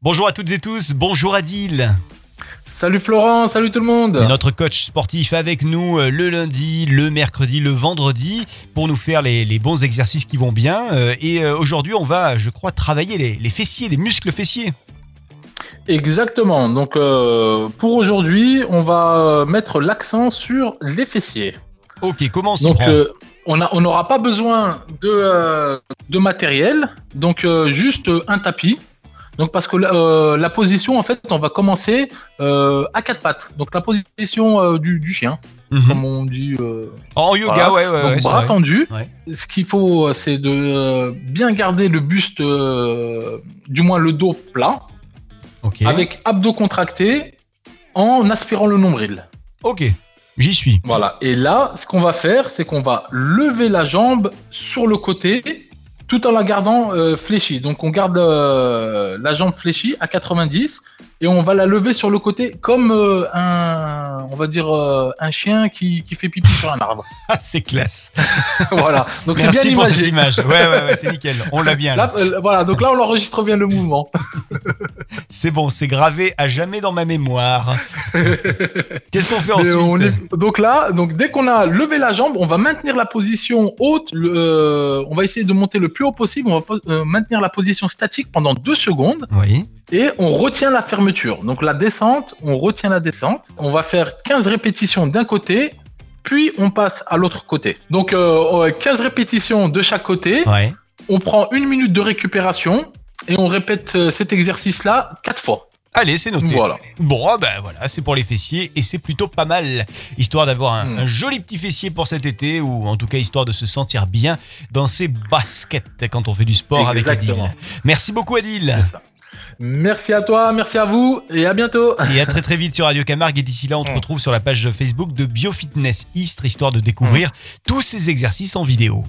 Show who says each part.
Speaker 1: Bonjour à toutes et tous, bonjour Adil,
Speaker 2: Salut Florent, salut tout le monde
Speaker 1: notre coach sportif avec nous euh, le lundi, le mercredi, le vendredi pour nous faire les, les bons exercices qui vont bien. Euh, Et euh, aujourd'hui, on va, je crois, travailler les, les fessiers, les muscles fessiers.
Speaker 2: Exactement, donc euh, pour aujourd'hui, on va euh, mettre l'accent sur les fessiers.
Speaker 1: Ok, comment on s'y
Speaker 2: Donc
Speaker 1: prend
Speaker 2: euh, on a- on n'aura pas besoin de, euh, de matériel, donc euh, juste euh, un tapis. Donc parce que la- euh, la position, en fait, on va commencer euh, à quatre pattes. Donc la position euh, du, du chien,
Speaker 1: Mhm.
Speaker 2: comme on dit euh,
Speaker 1: En yoga,
Speaker 2: Voilà.
Speaker 1: ouais, ouais,
Speaker 2: Donc,
Speaker 1: ouais, c'est
Speaker 2: bras
Speaker 1: vrai.
Speaker 2: tendu.
Speaker 1: Ouais.
Speaker 2: Ce qu'il faut, euh, c'est de euh, bien garder le buste, euh, du moins le dos plat,
Speaker 1: Ok.
Speaker 2: avec abdos contractés, en aspirant le nombril.
Speaker 1: Ok, j'y suis.
Speaker 2: Voilà. Et là, ce qu'on va faire, c'est qu'on va lever la jambe sur le côté, tout en la gardant euh, fléchie. Donc, on garde euh, la jambe fléchie à 90 et on va la lever sur le côté comme euh, un, on va dire, euh, un chien qui, qui fait pipi sur un arbre.
Speaker 1: Ah, c'est classe.
Speaker 2: voilà. Donc, c'est
Speaker 1: Merci
Speaker 2: bien
Speaker 1: pour
Speaker 2: imagé.
Speaker 1: cette image. Ouais, ouais, ouais, c'est nickel. On l'a bien.
Speaker 2: Là,
Speaker 1: là.
Speaker 2: euh, voilà, donc là on enregistre bien le mouvement.
Speaker 1: C'est bon, c'est gravé à jamais dans ma mémoire. Qu'est-ce qu'on fait
Speaker 2: Mais
Speaker 1: ensuite
Speaker 2: on est- Donc là, donc dès qu'on a levé la jambe, on va maintenir la position haute, le- euh, on va essayer de monter le plus haut possible, on va po- euh, maintenir la position statique pendant deux secondes
Speaker 1: Oui.
Speaker 2: et on retient la fermeture. Donc la descente, on retient la descente, on va faire 15 répétitions d'un côté, puis on passe à l'autre côté. Donc euh, euh, 15 répétitions de chaque côté,
Speaker 1: Ouais.
Speaker 2: on prend une minute de récupération et on répète euh, cet exercice-là quatre fois.
Speaker 1: Allez, c'est noté.
Speaker 2: Voilà.
Speaker 1: Bon, ah ben voilà, c'est pour les fessiers et c'est plutôt pas mal. Histoire d'avoir un,
Speaker 2: Mm.
Speaker 1: un joli petit fessier pour cet été ou en tout cas histoire de se sentir bien dans ses baskets quand on fait du sport
Speaker 2: Exactement.
Speaker 1: avec Adil. Merci beaucoup Adil
Speaker 2: Merci à toi, merci à vous et à bientôt.
Speaker 1: et à très très vite sur Radio Camargue et d'ici là on te
Speaker 2: Mm.
Speaker 1: retrouve sur la page Facebook de BioFitness Istres histoire de découvrir tous ces exercices en vidéo.